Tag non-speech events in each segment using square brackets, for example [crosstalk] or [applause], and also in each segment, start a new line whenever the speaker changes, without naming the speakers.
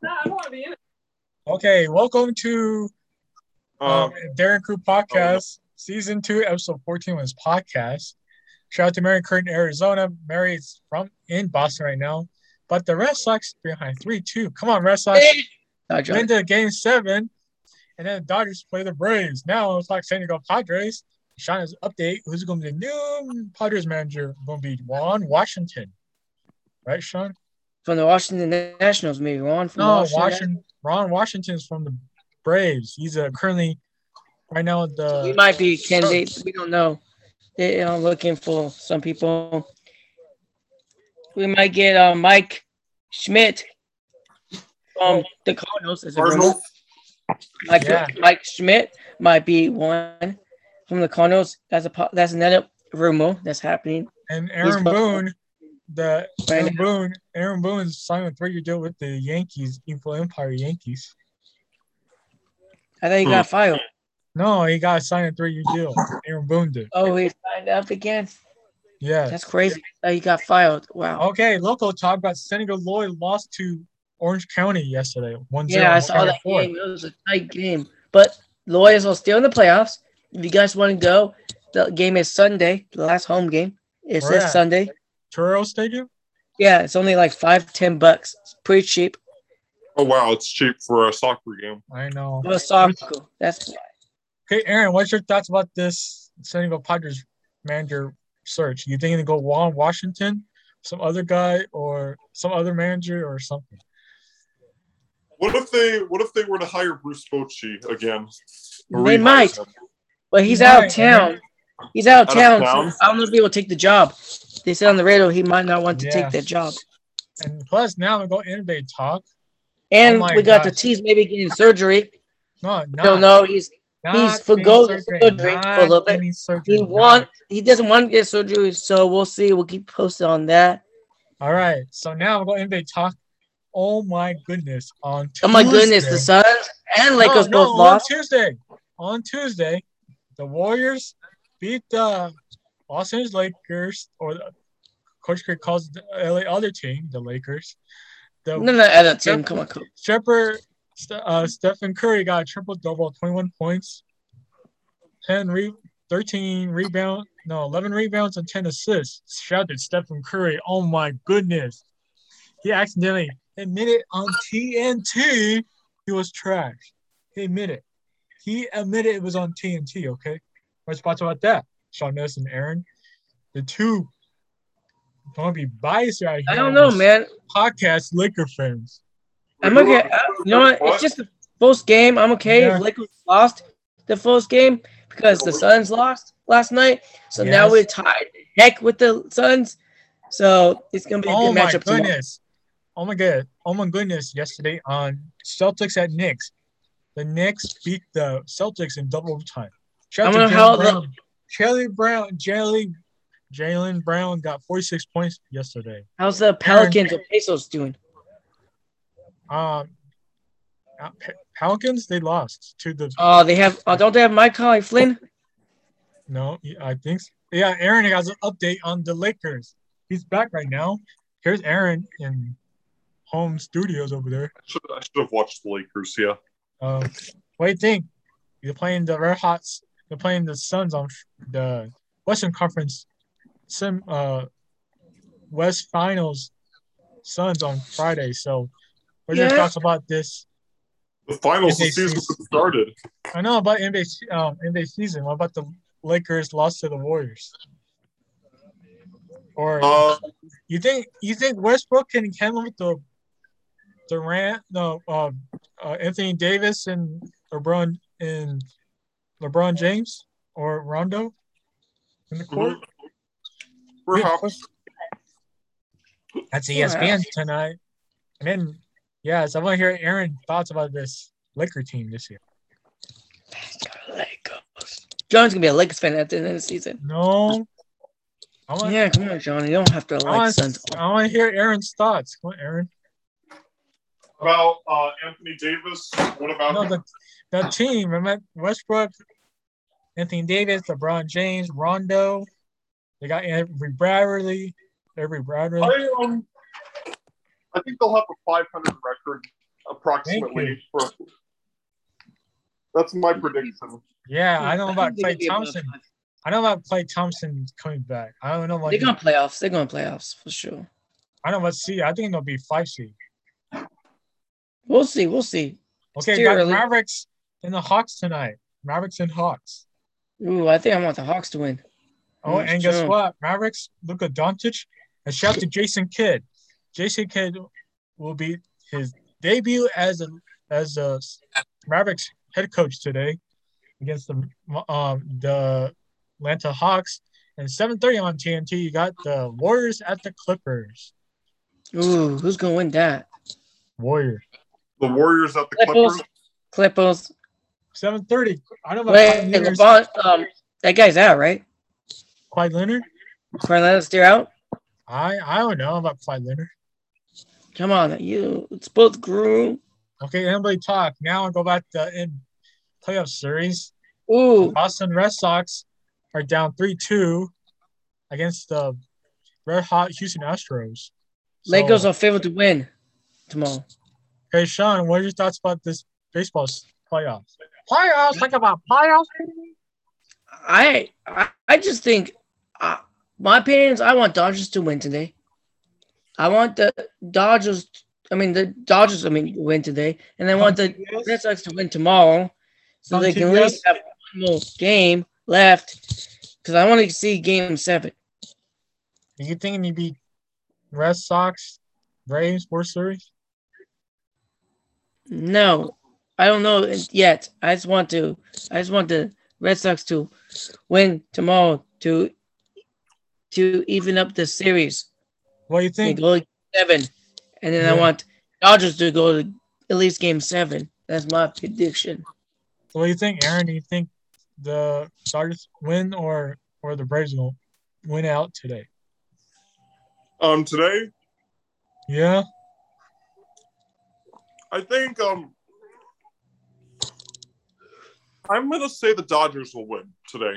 No, I want to be in it.
Okay, welcome to um,
Um,
Darren Crew Podcast, Season 2, Episode 14 was podcast. Shout out to Mary Curtin, Arizona. Mary is from in Boston right now, but the Red Sox behind 3 2. Come on, Red Sox.
Not
Win
drunk.
to game seven, and then the Dodgers play the Braves. Now it's like San Diego Padres. Shauna's update: Who's going to be the new Padres manager? Going to be Juan Washington, right, Sean?
From the Washington Nationals, maybe one from
No,
Washington.
Washington. Ron Washington's from the Braves. He's uh, currently right now at
we
the.
might be candidates. We don't know. They are looking for some people. We might get uh, Mike Schmidt from the Cardinals. As a rumor.
Cardinals.
Mike,
Yeah.
Mike Schmidt might be one from the Cardinals. That's a po- that's another rumor that's happening.
And Aaron
He's-
Boone, the
Right
Aaron Boone, Aaron Boone's signed a three-year deal with the Yankees, Evil Empire Yankees.
I thought he
Hmm.
got fired.
No, he got signed a three-year deal. Aaron Boone did.
Oh, he signed up again.
Yeah.
That's crazy. I thought he got fired. Wow.
Okay, local talk about Senator Lloyd lost to Orange County yesterday. One zero.
Yeah, I saw that game. It was a tight game. But the Warriors are still in the playoffs. If you guys want to go, the game is Sunday, the last home game. It
Where
says
at?
Sunday.
Turo Stadium.
Yeah, it's only like five, ten bucks. It's pretty cheap.
Oh wow, it's cheap for a soccer game.
I know.
Well, soccer. That's
Okay, Aaron, what's your thoughts about this San Diego Padres manager search? You think they go Juan Washington, some other guy, or some other manager, or something?
What if they What if they were to hire Bruce Bochy again? Or
They
rehire
might.
him?
but he's
Right,
out of town. He's out of
Out of
town.
town?
so I don't know if he will take the job. They said on the radio he might not want to
Yeah.
take that job.
And plus, now we go NBA talk. Oh
And
my
we got the
gosh.
tease maybe getting surgery.
No, not,
Don't know. He's
not
he's
knee
forgo-
surgery,
forgoing for a
not
little bit.
knee surgery,
he
not-
want he doesn't want to get surgery, so we'll see. We'll keep posted on that.
All right, so now we go NBA talk. Oh my goodness! On
Oh my goodness,
Tuesday-
the Suns and Lakers
No, no,
both lost.
On Tuesday, on Tuesday, the Warriors beat the Los Angeles Lakers, or the, Coach Kirk calls the LA other team, the Lakers. The
No, no, other team. Come on, come on.
Shepherd, uh, Stephen Curry got a triple double, 21 points, 10 re- 13 rebound, no, 11 rebounds and 10 assists. Shout out to Stephen Curry. Oh my goodness. He accidentally admitted on TNT he was trash. He admitted. He admitted it was on TNT, okay? What's thoughts about that? Sean Ness and Aaron. The two don't be biased right here.
I
on
don't know,
this
man.
Podcast Laker fans.
I'm okay. I, you know what? It's just the first game. I'm okay.
Yeah.
If Lakers lost the first game because the Suns lost last night, so now
Yes.
we're tied. Heck with the Suns, so it's gonna be a
Oh
good
my
matchup. tomorrow.
goodness. Oh my god. Oh my goodness. Yesterday on Celtics at Knicks. The Knicks beat the Celtics in double overtime. Shout
I'm
out
gonna
to
howl-
Jalen Brown. Jalen Brown, Jalen, Jalen Brown got 46 points yesterday.
How's the Pelicans and Pesos doing?
Um uh, Pe- Pelicans, they lost to the
Oh, they have. Oh, don't they have Mike Conley Flynn?
no, yeah, I think so. yeah. Aaron has an update on the Lakers. He's back right now. Here's Aaron in home studios over there.
I should, I should have watched the Lakers. Yeah.
Um, what do you think? You're playing the Red Hots. You're playing the Suns on the Western Conference, sim, uh, West Finals, Suns on Friday. So, what are your
Yeah.
thoughts about this?
The finals
If
of
they
season
cease-
started.
I know about NBA se- um, NBA season. What about the Lakers lost to the Warriors? Or
Uh,
you think you think Westbrook can handle the Durant, no, uh, uh, Anthony Davis and LeBron and LeBron James or Rondo in the court?
perhaps
That's E ESPN tonight. And then, yes, I want to hear Aaron thoughts about this Laker team this year.
Lakers. John's gonna be a Lakers fan at the end of the season.
No, I want,
Yeah, come on, John. You don't have to
I
like
want,
Suns.
I want to hear Aaron's thoughts. Come on, Aaron.
about uh, Anthony Davis. What about
No, the, the team. Remember Westbrook, Anthony Davis, LeBron James, Rondo. They got Avery
Oh,
Bradley. Avery Bradley.
I, um, I think they'll have a 500 record approximately. For, that's my prediction.
Yeah, I know about Clay Thompson. I know about Clay Thompson coming back. I don't know about.
They're gonna playoffs. They're gonna playoffs for sure.
I don't know what seed. I think they'll be five seed.
We'll see. We'll see.
Okay,
Still
got
early.
Mavericks and the Hawks tonight. Mavericks and Hawks.
Ooh, I think I want the Hawks to win.
Oh,
That's
and guess
true.
what? Mavericks, Luka Doncic, and shout out to Jason Kidd. Jason Kidd will be his debut as a as a Mavericks head coach today against the um, the Atlanta Hawks. And 7:30 on TNT, you got the Warriors at the Clippers.
Ooh, who's gonna win that?
Warriors.
The Warriors at the
Clippers.
Clippers.
Clippers.
7:30. I don't know
Wait,
about Cavaliers.
LeBron. Um, that guy's out, right?
Kawhi Leonard.
Carlisle's still out.
I I don't know about Kawhi Leonard.
Come on, you. It's both grew.
Okay, everybody talk. Now I go back to in playoff series.
Ooh,
Boston Red Sox are down 3 2 against the red hot Houston Astros. So,
Lakers are favored to win tomorrow.
Hey, Sean, what are your thoughts about this baseball s- playoffs? Playoffs? Talk about playoffs?
I I, I just think uh, my opinion is I want Dodgers to win today. I want the Dodgers. I mean the Dodgers. I mean win today, and I want the Red Sox to win tomorrow, so
On
they can at
TBS?
least have one more game left. Because I want to see Game Seven.
Are you thinking you'd be Red Sox, Braves, World Series?
No, I don't know it yet. I just want to. I just want the Red Sox to win tomorrow to to even up the series.
What do you
They
think?
go to seven, and then I
Yeah.
want Dodgers to go to at least game seven. That's my prediction.
What do you think, Aaron? Do you think the Dodgers win or or the Braves will win out today?
Um, today,
Yeah.
I think um, I'm gonna say the Dodgers will win today.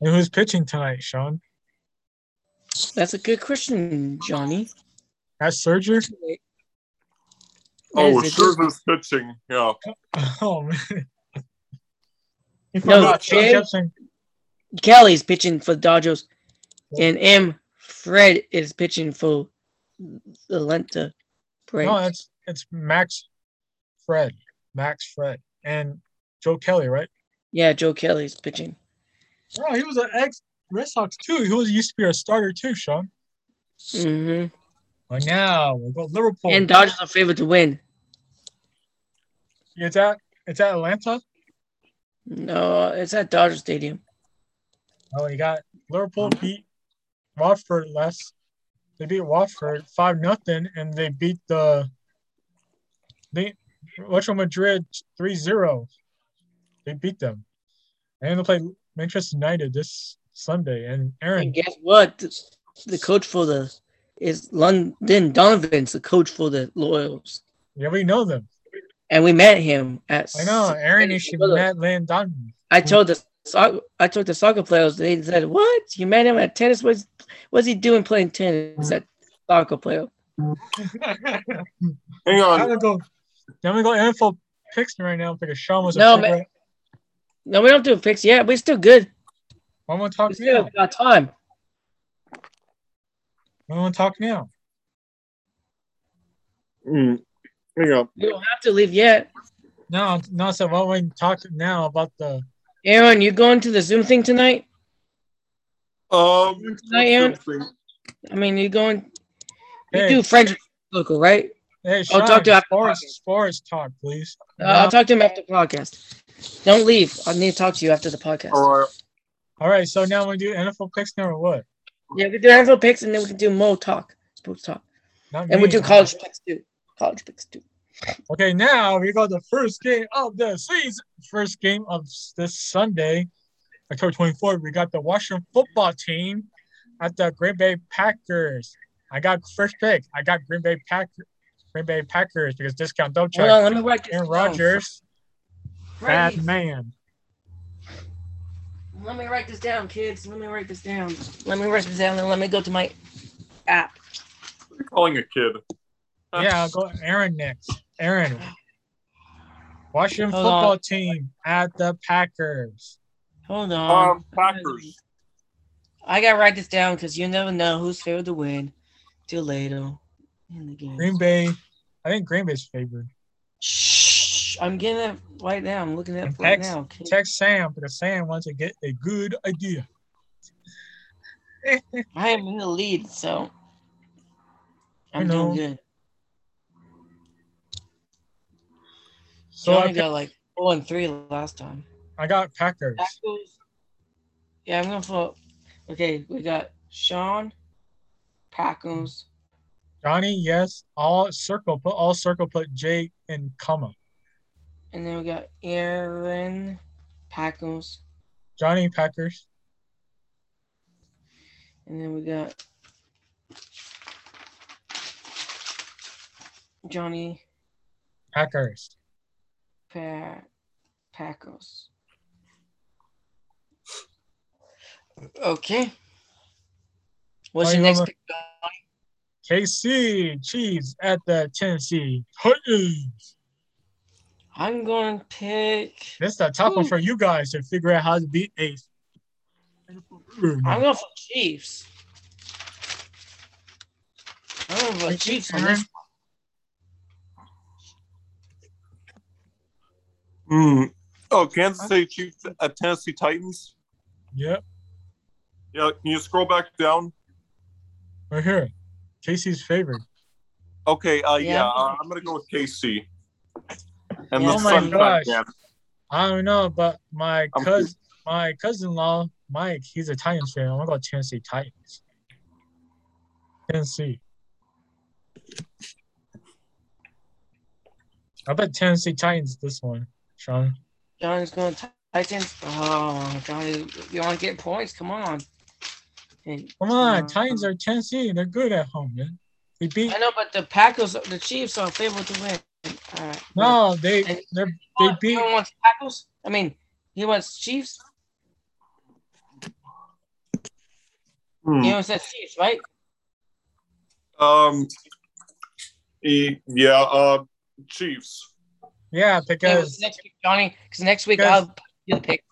And who's pitching tonight, Sean?
That's a good question, Johnny.
That's Serger?
Oh,
Oh,
That is a good-
Scherzer's pitching. Yeah,
[laughs] Oh man. You
No,
forgot Sean
Jay-
Jepson.
Kelly's pitching for the Dodgers, and M. Fred is pitching for the Atlanta Braves.
No, it's it's Max Fred. Max Fred. And Joe Kelly, right?
yeah, Joe Kelly's pitching.
Oh, he was an ex Red Sox too. He was used to be a starter too, Sean.
hmm
But now we go Liverpool.
And Dodgers are favored to win.
it's at it's at Atlanta.
No, it's at Dodger Stadium.
Oh, you got Liverpool beat Watford last. They beat Watford five nothing, and they beat the they Real Madrid 3-0. They beat them, and they play Manchester United this Sunday. And
And
Aaron,
guess what? The coach for the is London Donovan's the coach for the Royals,
yeah, we know them.
and we met him at.
I know Aaron. You should met Landon.
I told the soc- I told the soccer players. They said, "What? You met him at tennis? What's what's he doing playing tennis at soccer player?"
hang
I'm
on.
gonna go. I'm gonna go NFL picks right now because Sean was a
No,
favorite.
No, we don't do picks yet. We're still good.
I'm gonna talk
We still
now.
have got time.
I'm gonna talk now.
Mm, hang on.
You don't have to leave yet.
No, no. So why don't we talk now about the
Aaron, you going to the Zoom thing tonight?
Um,
Hi, Aaron. I mean, you going? You
Hey.
do French local, right?
Hey,
I'll
Sean,
Oh, talk to you after
sports,
talking.
sports talk, please.
Uh, I'll talk to him after the podcast. Don't leave. I need to talk to you after the podcast.
All right.
All right, so now we do NFL picks now or what?
Yeah, we can do NFL picks and then we can do Mo talk, sports talk,
Not
and we
me.
do college picks too. College picks too.
Okay, now we got the first game of the season. First game of s- this Sunday, October 24th, we got the Washington football team at the Green Bay Packers. I got first pick. I got Green Bay Packers. Green Bay Packers because discount double
Hold
check.
on, let me write this.
Aaron
down.
Rodgers,
Write
bad
these-
man.
Let me write this down, kids. Let me write this down. Let me write this down and let me go to my app.
Calling a kid.
[laughs]
Yeah, I'll go Aaron next. Aaron. Washington
Hold
football
on.
team at the Packers.
Hold on.
Um, Packers.
I gotta write this down because you never know who's favored to win till later in the game.
Green Bay. I think Green Bay's favored.
Shh, I'm getting it right now. I'm looking at it
And
right
Tex-
now. Okay.
Text Sam because Sam wants to get a good idea.
I am in the lead, so I'm
know.
doing good.
So
So
I
I
got,
got like four and three last time.
I got Packers.
Packers. Yeah, I'm going for. Okay, we got Sean, Packers.
Johnny, yes. All circle put all circle put Jake and comma.
And then we got Aaron Packles.
Johnny Packers.
And then we got Johnny
Packers.
pa- Packles. Okay. What's
Oh,
your
you
next
wanna-
pick? Johnny?
KC Chiefs at the Tennessee Titans.
I'm going to pick.
This is a tough one
Ooh.
for you guys to figure out how to beat a.
I'm going for Chiefs. I'm going for
Thank you,
Chiefs on this.
Mm. Oh, Kansas City Chiefs at Tennessee Titans.
Yep,
Yeah, can you scroll back down?
right here. KC's favorite.
Okay, uh, yeah,
Yeah.
uh, I'm gonna go with KC. And
Yeah.
the
Oh my
Sun
gosh.
Man.
I don't know, but my
I'm-
cousin, my cousin-in-law Mike, he's a Titans fan. I'm gonna go Tennessee Titans. Tennessee. I bet Tennessee Titans this one, Sean.
Johnny's going to Titans. Oh, Johnny, you want to get points? Come on. And- uh,
Come on, Titans are Tennessee. They're good at home, man. They beat
I know, but the Packers, the Chiefs are favored to win. All right.
no, they they're
You
they
want-
beat
You don't want Packers? I mean, he wants Chiefs.
Hmm.
You know, said Chiefs, right?
Um, e- yeah, uh, Chiefs.
yeah
Yeah, what's
because
next week, Johnny, because next week
Because-
I'll do the pick.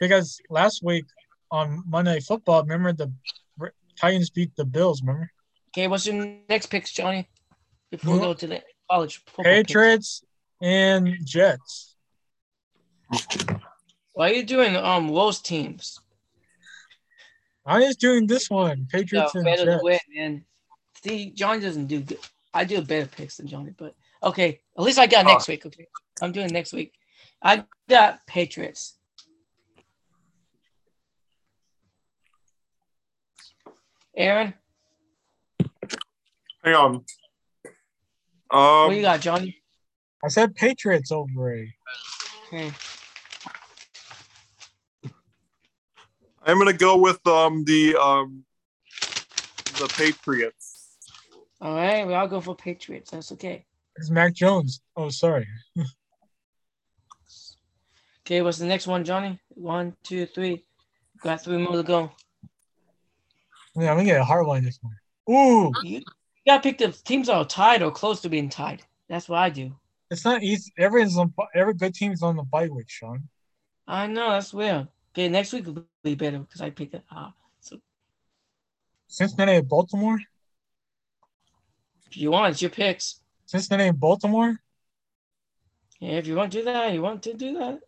because last week on Monday Night Football, remember the R- Titans beat the Bills, remember?
Okay, what's your next picks, Johnny? Before we
Mhm.
go to the college football picks.
Patriots and Jets.
Why are you doing um Wolves teams?
I'm just doing this one. Patriots
No,
and
better
Jets.
to win, man. See, Johnny doesn't do good. I do better picks than Johnny, but okay. At least I got next week. Okay, I'm doing next week. I got Patriots. Aaron,
Hang on.
what you
Um,
got, Johnny?
I said Patriots over it.
Okay.
I'm gonna go with um the um the Patriots.
All right, we all go for Patriots. That's okay.
It's Mac Jones. Oh, sorry.
Okay, what's the next one, Johnny? One, two, three. Got three more to go.
Yeah, I'm gonna get a hard one this one. Ooh,
You, you gotta pick the teams that are tied or close to being tied. That's what I do.
it's not easy. Everyone's on, every good team's on the bye week, Sean.
I know that's weird. Okay, next week will be better because I picked it. Ah, so
Cincinnati and Baltimore.
if you want, it's your picks.
Cincinnati and Baltimore.
Yeah, if you want to do that, you want to do that.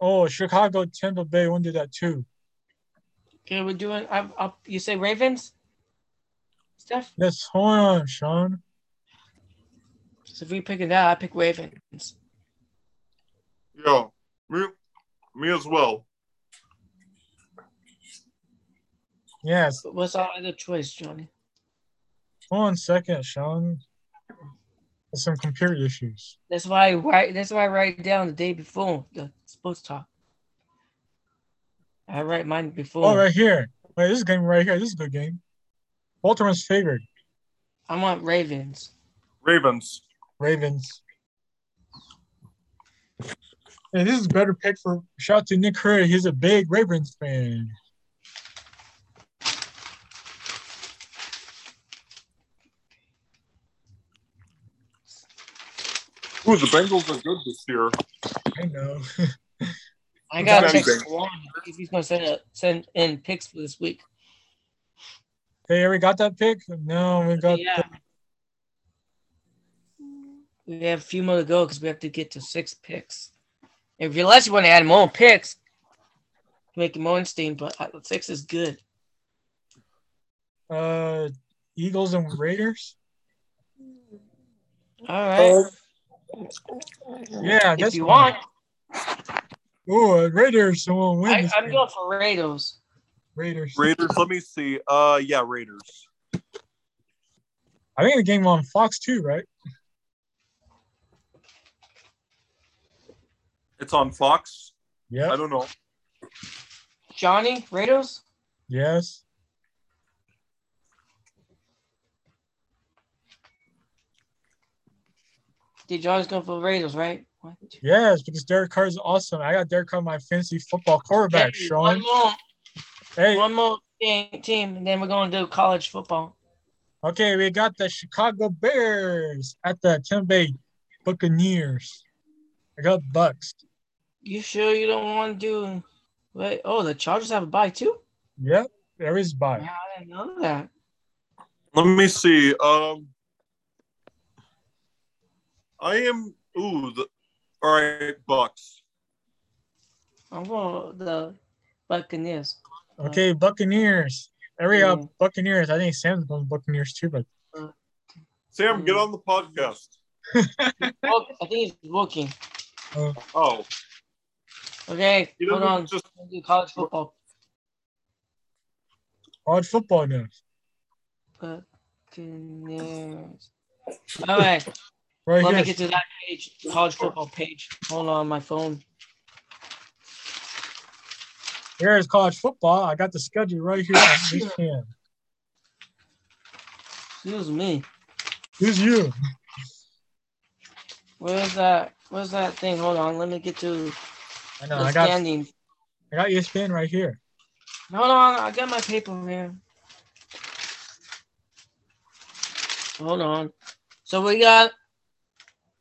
Oh, Chicago, Tampa Bay. One did that too.
Okay, we're doing. I, I, you say Ravens, Steph.
Yes, hold on, Sean.
So if we pick it out, I pick Ravens.
Yeah, me, me as well.
Yes,
But What's our other choice, Johnny?
hold on a second, Sean. There's some computer issues.
That's why I write. That's why I write down the day before the sports talk. I write mine before.
Oh, right here. Wait, this game right here. This is a good game. Baltimore's favored.
I want Ravens.
Ravens.
Ravens. Hey, this is a better pick for shout out to Nick Curry. He's a big Ravens fan.
Ooh, the Bengals are good this year.
I know.
I gotta
That's
check
amazing.
Warren if he's gonna send a, send in picks for this week.
They already got that pick? No, we got
yeah. We have a few more to go because we have to get to six picks. If you unless you want to add more picks, make it more interesting. But uh, six is good.
uh Eagles and Raiders.
All
Oh,
right,
Yeah,
if
that's
you want,
Oh, Raiders will win.
I,
this
I'm
game.
going for Raiders.
Raiders.
Raiders. Let me see. Uh, yeah, Raiders.
I think the game on Fox too, right?
It's on Fox. I
Yeah.
don't know.
Johnny Raiders.
Yes.
Did Johnny's going for Raiders, right? One, two,
Yes, because Derek Carr is awesome. I got Derek Carr my fantasy football quarterback,
three.
Sean.
One more,
Hey,
one more thing- team, and then we're gonna do college football.
okay, we got the Chicago Bears at the Tampa Bay Buccaneers. I got Bucks.
You sure you don't want to do? Wait, oh, the Chargers have a bye too.
Yep, there is
Yeah,
bye.
I didn't know that.
Let me see. Um, I am. Ooh, the, all right, Bucks.
I'm going with the Buccaneers.
Okay, Buccaneers. There we go,
Mm.
Buccaneers. I think Sam's going Buccaneers too, but
Sam, get
Mm.
on the podcast.
Oh, I think he's looking.
Oh,
Okay,
he
hold
doesn't
on.
just
Let's do college football.
odd football news.
Buccaneers. All right,
Right
let me
here.
get to that page, college football page. Hold on, my phone.
Here is college football. I got the schedule right
[laughs]
here on E this hand.
Excuse me.
Who's you?
Where's that? Where's that thing? Hold on. Let me get to
I know.
the
I got
standing.
I got E ESPN right here.
Hold on, I got my paper here. Hold on. So we got.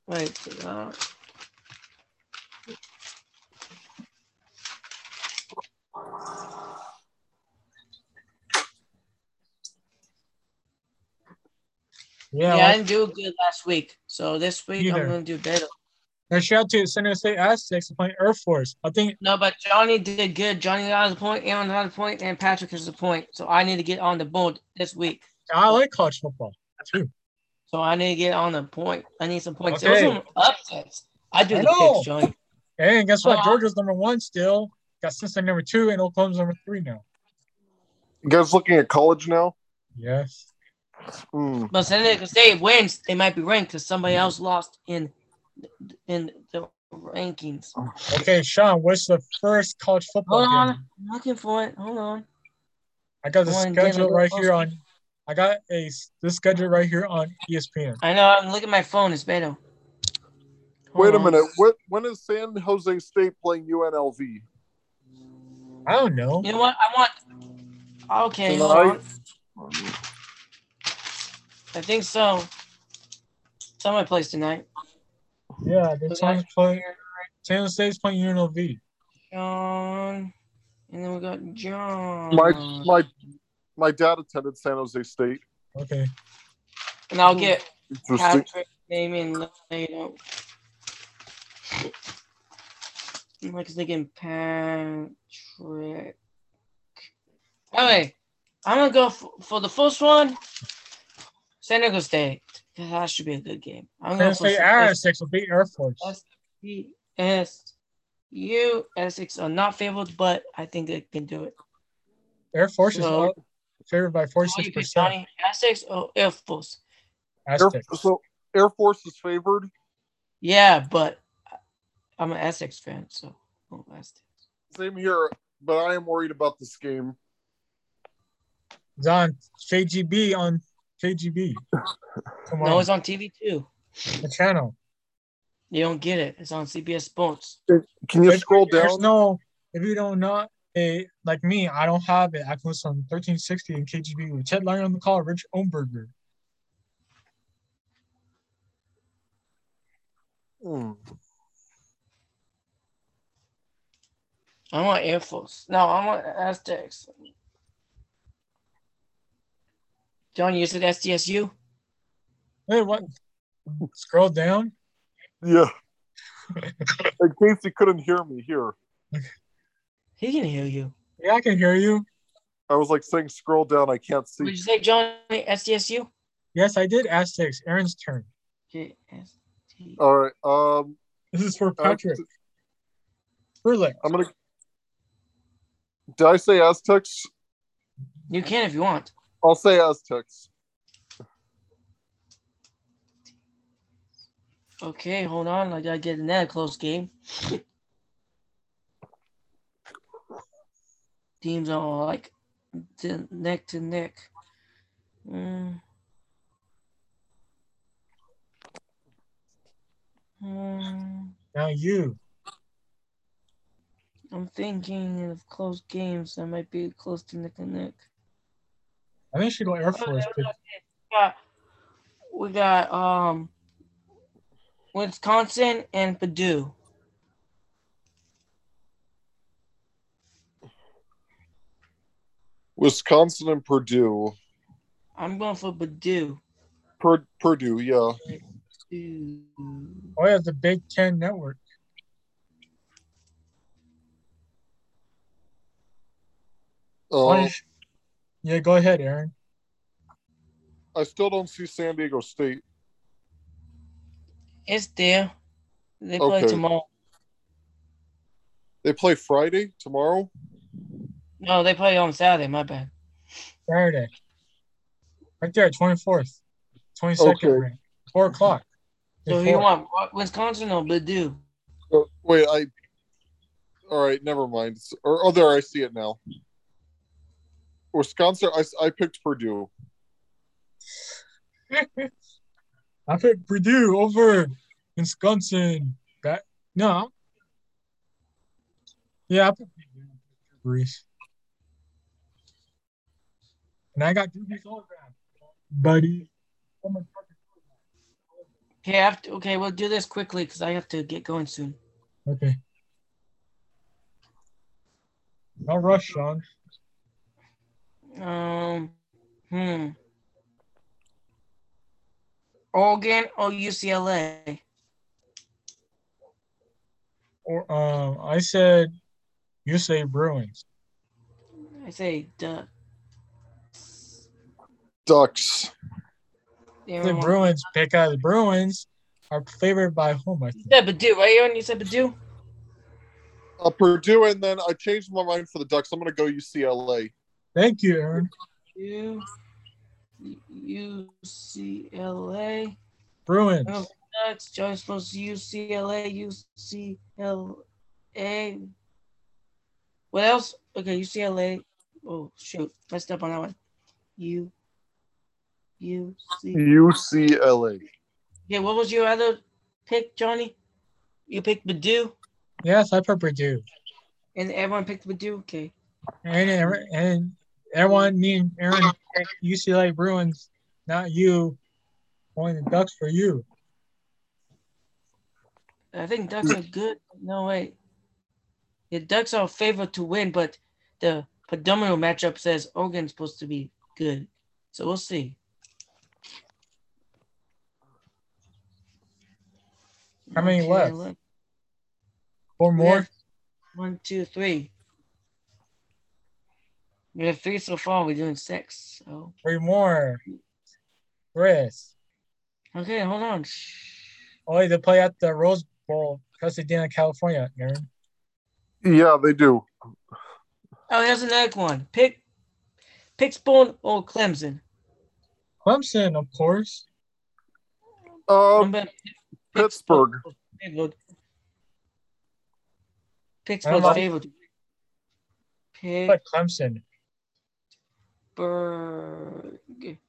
Wait. Uh, yeah,
Yeah.
I
like-
didn't do good last week, so this week
Neither.
I'm gonna do better.
now shout out to San Jose State Aztecs for playing Air Force. I think
No, but Johnny did good. Johnny got a point, Aaron got a point, and Patrick has a point. So I need to get on the board this week.
I like college football.
So I need to get on the point. I need some points.
Okay.
There was some upsets. I do
I
the
know.
picks, Johnny.
And guess what?
Uh-huh.
Georgia's number one still. Got Cincinnati number two and Oklahoma's number three now.
You guys looking at college now?
Yes.
Mm.
But San Diego State wins, they might be ranked because somebody else lost in in the rankings.
Okay, Sean, what's the first college football
Hold on,
game?
I'm looking for it. Hold on.
I got the
Hold on, Dan,
schedule
I'm
right
gonna
here
post
on. I got a s- this schedule right here on E ESPN.
I know. I'm looking at my phone. It's better. Hold
Wait a
on.
minute. What, when is San Jose State playing UNLV?
I don't know.
You know what? I want. Okay. Hold
Tonight?
on. I think so. Someone plays tonight.
Yeah, the
Was
Tom's
that-
playing. San Jose State's playing UNLV.
John. And then we got John.
My my my dad attended San Jose State.
Okay.
and I'll get
Interesting.
Patrick's name in later. I'm like thinking Patrick. Okay, I'm gonna go for, for the first one. San Diego State. That should be a good game. I'm
San
going
Jose State
for
Aztecs will beat Air Force.
S U Essex are not favored, but I think they can do it.
Air Force is
So-
up- favored by
Oh, you
forty-six
pick
percent.
Johnny Essex or Air Force?
Air,
Aztecs.
so Air Force is favored.
Yeah, but I'm an Essex fan, so oh, Aztecs.
Same here, but I am worried about this game.
It's on KGB on KGB. Come
No,
on,
it's on TV too.
the channel.
You don't get it. It's on CBS Sports.
Can you
If-
scroll
There's
down?
no if you don't not a like me, I don't have it. I can listen on 1360 and KGB with Ted Lyon on the call, Rich Omberger.
Mm.
I want Infos. No, I want Aztecs. John, you said SDSU?
Wait, what? Scroll down.
Yeah. [laughs] In case you couldn't hear me here,
He can hear you.
Yeah, I can hear you.
I was like saying, scroll down. I can't
Did you
see.
say John SDSU?
Yes, I did Aztecs. Aaron's turn.
J S T.
All right. Um,
This is for
uh, um,
Patrick. Furlick.
I'm gonna. Did I say Aztecs?
You can if you want.
I'll say Aztecs.
Okay, hold on. I gotta get in that close game. [laughs] Teams are like to- neck to neck. Mm. Mm,
Now you.
I'm thinking of close games that might be close to neck and neck.
I think she go
Oh,
Air Force. Too.
got- we got um Wisconsin and Purdue.
Wisconsin and Purdue.
I'm going for Purdue.
Pur- Purdue, yeah.
Purdue.
Oh, yeah, the Big Ten Network. Why
Uh,
don't you- yeah, go ahead, Aaron.
I still don't see San Diego State.
It's there. They play
Okay.
tomorrow.
They play Friday tomorrow.
No, they play on Saturday. My bad.
Saturday. Right there, 24th. 22nd.
Okay.
ring. 4 o'clock.
So who you
Before.
want? Wa- Wisconsin or Purdue?
Uh, wait, I. All right, never mind. It's- Or oh, there, I see it now. Wisconsin. I, I picked Purdue.
I picked Purdue over Wisconsin. That, no. Yeah, I picked Purdue. Bruce. And I got Doobie's autograph, buddy. Oh
Okay, I have to, okay, we'll do this quickly because I have to get going soon.
Okay. Don't rush, Sean.
Um, hmm. Oregon or UCLA?
Or um, I said, you say Bruins.
I say duh.
Ducks.
The
Everyone-
Bruins because Bruins are favored by home. I
You
think.
said Badu, right, Aaron? You said Badu?
Uh, Purdue, and then I changed my mind for the Ducks. I'm gonna go UCLA.
Thank you, Aaron.
U UCLA.
Bruins.
Oh. Ducks. John's supposed to UCLA, UCLA. What else? Okay, UCLA. Oh shoot, I stepped on that one. U U C.
UCLA.
Yeah, what was your other pick, Johnny? You picked Badu,
Yes, I put Purdue.
and everyone picked Badu. Okay.
And Aaron- and everyone, me and Aaron, UCLA Bruins, not you. Going the Ducks for you.
I think Ducks are good. No wait. The Ducks are favored to win, but the predominant matchup says Oregon's supposed to be good. So we'll see.
How many left?
look.
Four
We
more.
have One, two, three. We have three so far. We're doing six. So
Three more. Chris.
okay, hold on. Shh.
Only they play at the Rose Bowl, Pasadena, California, Aaron.
Yeah, they do.
Oh, here's another one. Pick, Pittsburgh or Clemson.
Clemson, of course.
Um,
Remember,
Pittsburgh.
favored.
I
Pittsburgh
don't
favored.
But Clemson.
Pittsburgh.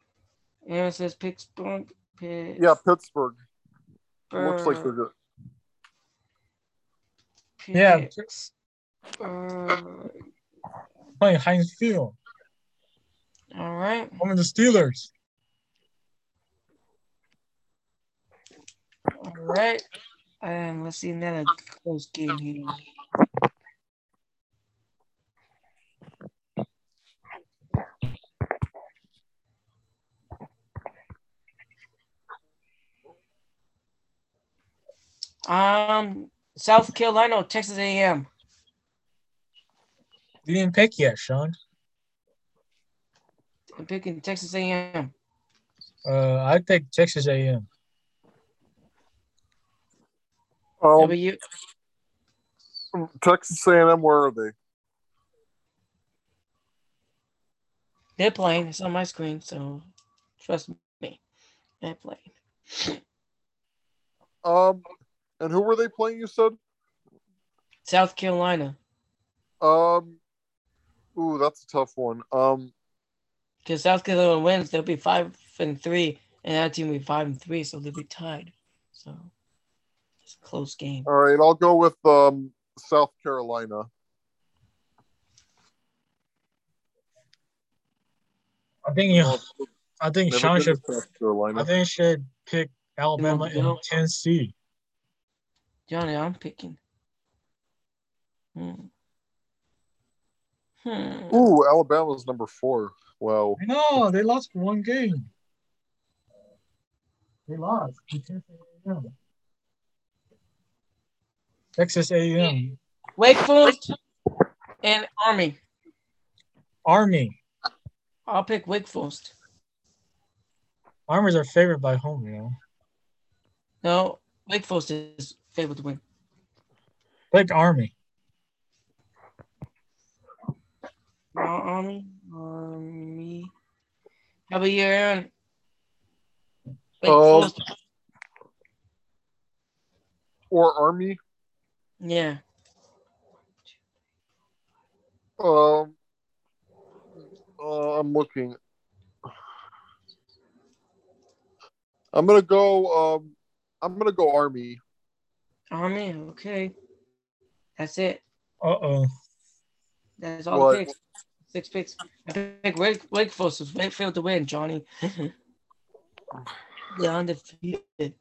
Aaron says Pittsburgh. Pittsburgh.
Yeah, Pittsburgh. Looks
Uh,
like they're good.
Yeah.
Pittsburgh.
Playing Heinz Field.
All right.
Home of the Steelers.
All right. Um, let's see another close game here. Um, South Carolina, or Texas A&M.
You didn't pick yet, Sean.
I'm picking Texas A&M.
Uh, I think Texas A&M.
Um,
W.
Texas A&M, where are they?
They're playing. It's on my screen, so trust me. They're playing.
Um, and who were they playing? You said.
South Carolina,
Um, ooh, that's a tough one. Um,
because South Carolina wins, they'll be five and three, and our team will be five and three, so they'll be tied. So it's a close game.
all right, I'll go with um South Carolina.
I think you, I think
Never
Sean
been to
should.
South
I
Carolina.
think should pick Alabama and
No.
Tennessee.
Johnny, I'm picking. Hmm. Hmm.
Ooh, Alabama's number four. Wow.
No, they lost one game. They lost. to Texas A&M. Texas A&M
Wake Forest and Army.
Army.
I'll pick Wake Forest.
Armors are favored by home, you know.
No, Wake Forest is favored to win.
Pick Army.
No, Army. Army. How about you, Aaron? Wake
Um,
Forest.
Or Army.
Yeah.
Um, uh, I'm looking. I'm gonna go. Um, I'm gonna go Army.
Army. Okay. That's it.
Uh oh.
That's all
What?
the picks. Six picks. I pick Wake, Wake Forest. was Wakefield to win, Johnny. They're undefeated.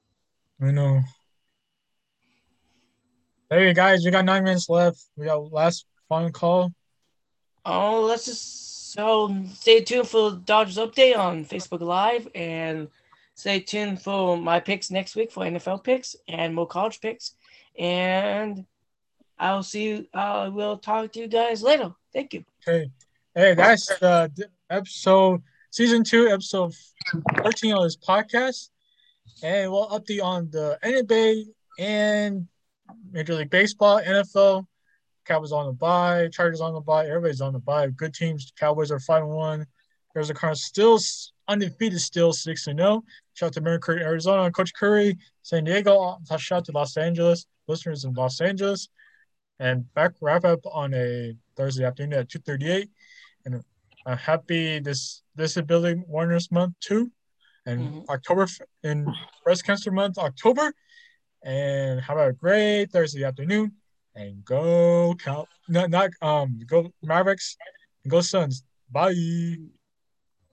I know. Hey guys, we got nine minutes left. We got last final call.
Oh, let's just so stay tuned for Dodgers update on Facebook Live and stay tuned for my picks next week for NFL picks and more college picks. And I'll see you. I will talk to you guys later. Thank you.
Okay. Hey, that's uh, the episode, season two, episode 13 of this podcast. And we'll update on the NBA and Major League Baseball, NFL. Cowboys on the bye, Chargers on the bye, everybody's on the bye. Good teams. Cowboys are 5 1. There's a Cardinals still s- undefeated, still 6 0. Shout out to Mary Curry, Arizona, Coach Curry, San Diego. Shout out to Los Angeles, listeners in Los Angeles and back wrap up on a Thursday afternoon at 2:38. And a happy this Disability Awareness Month too, and
Mhm.
October f- and Breast Cancer Month October. And have a great Thursday afternoon, and go Cow, not not um go Mavericks, and go Suns. Bye.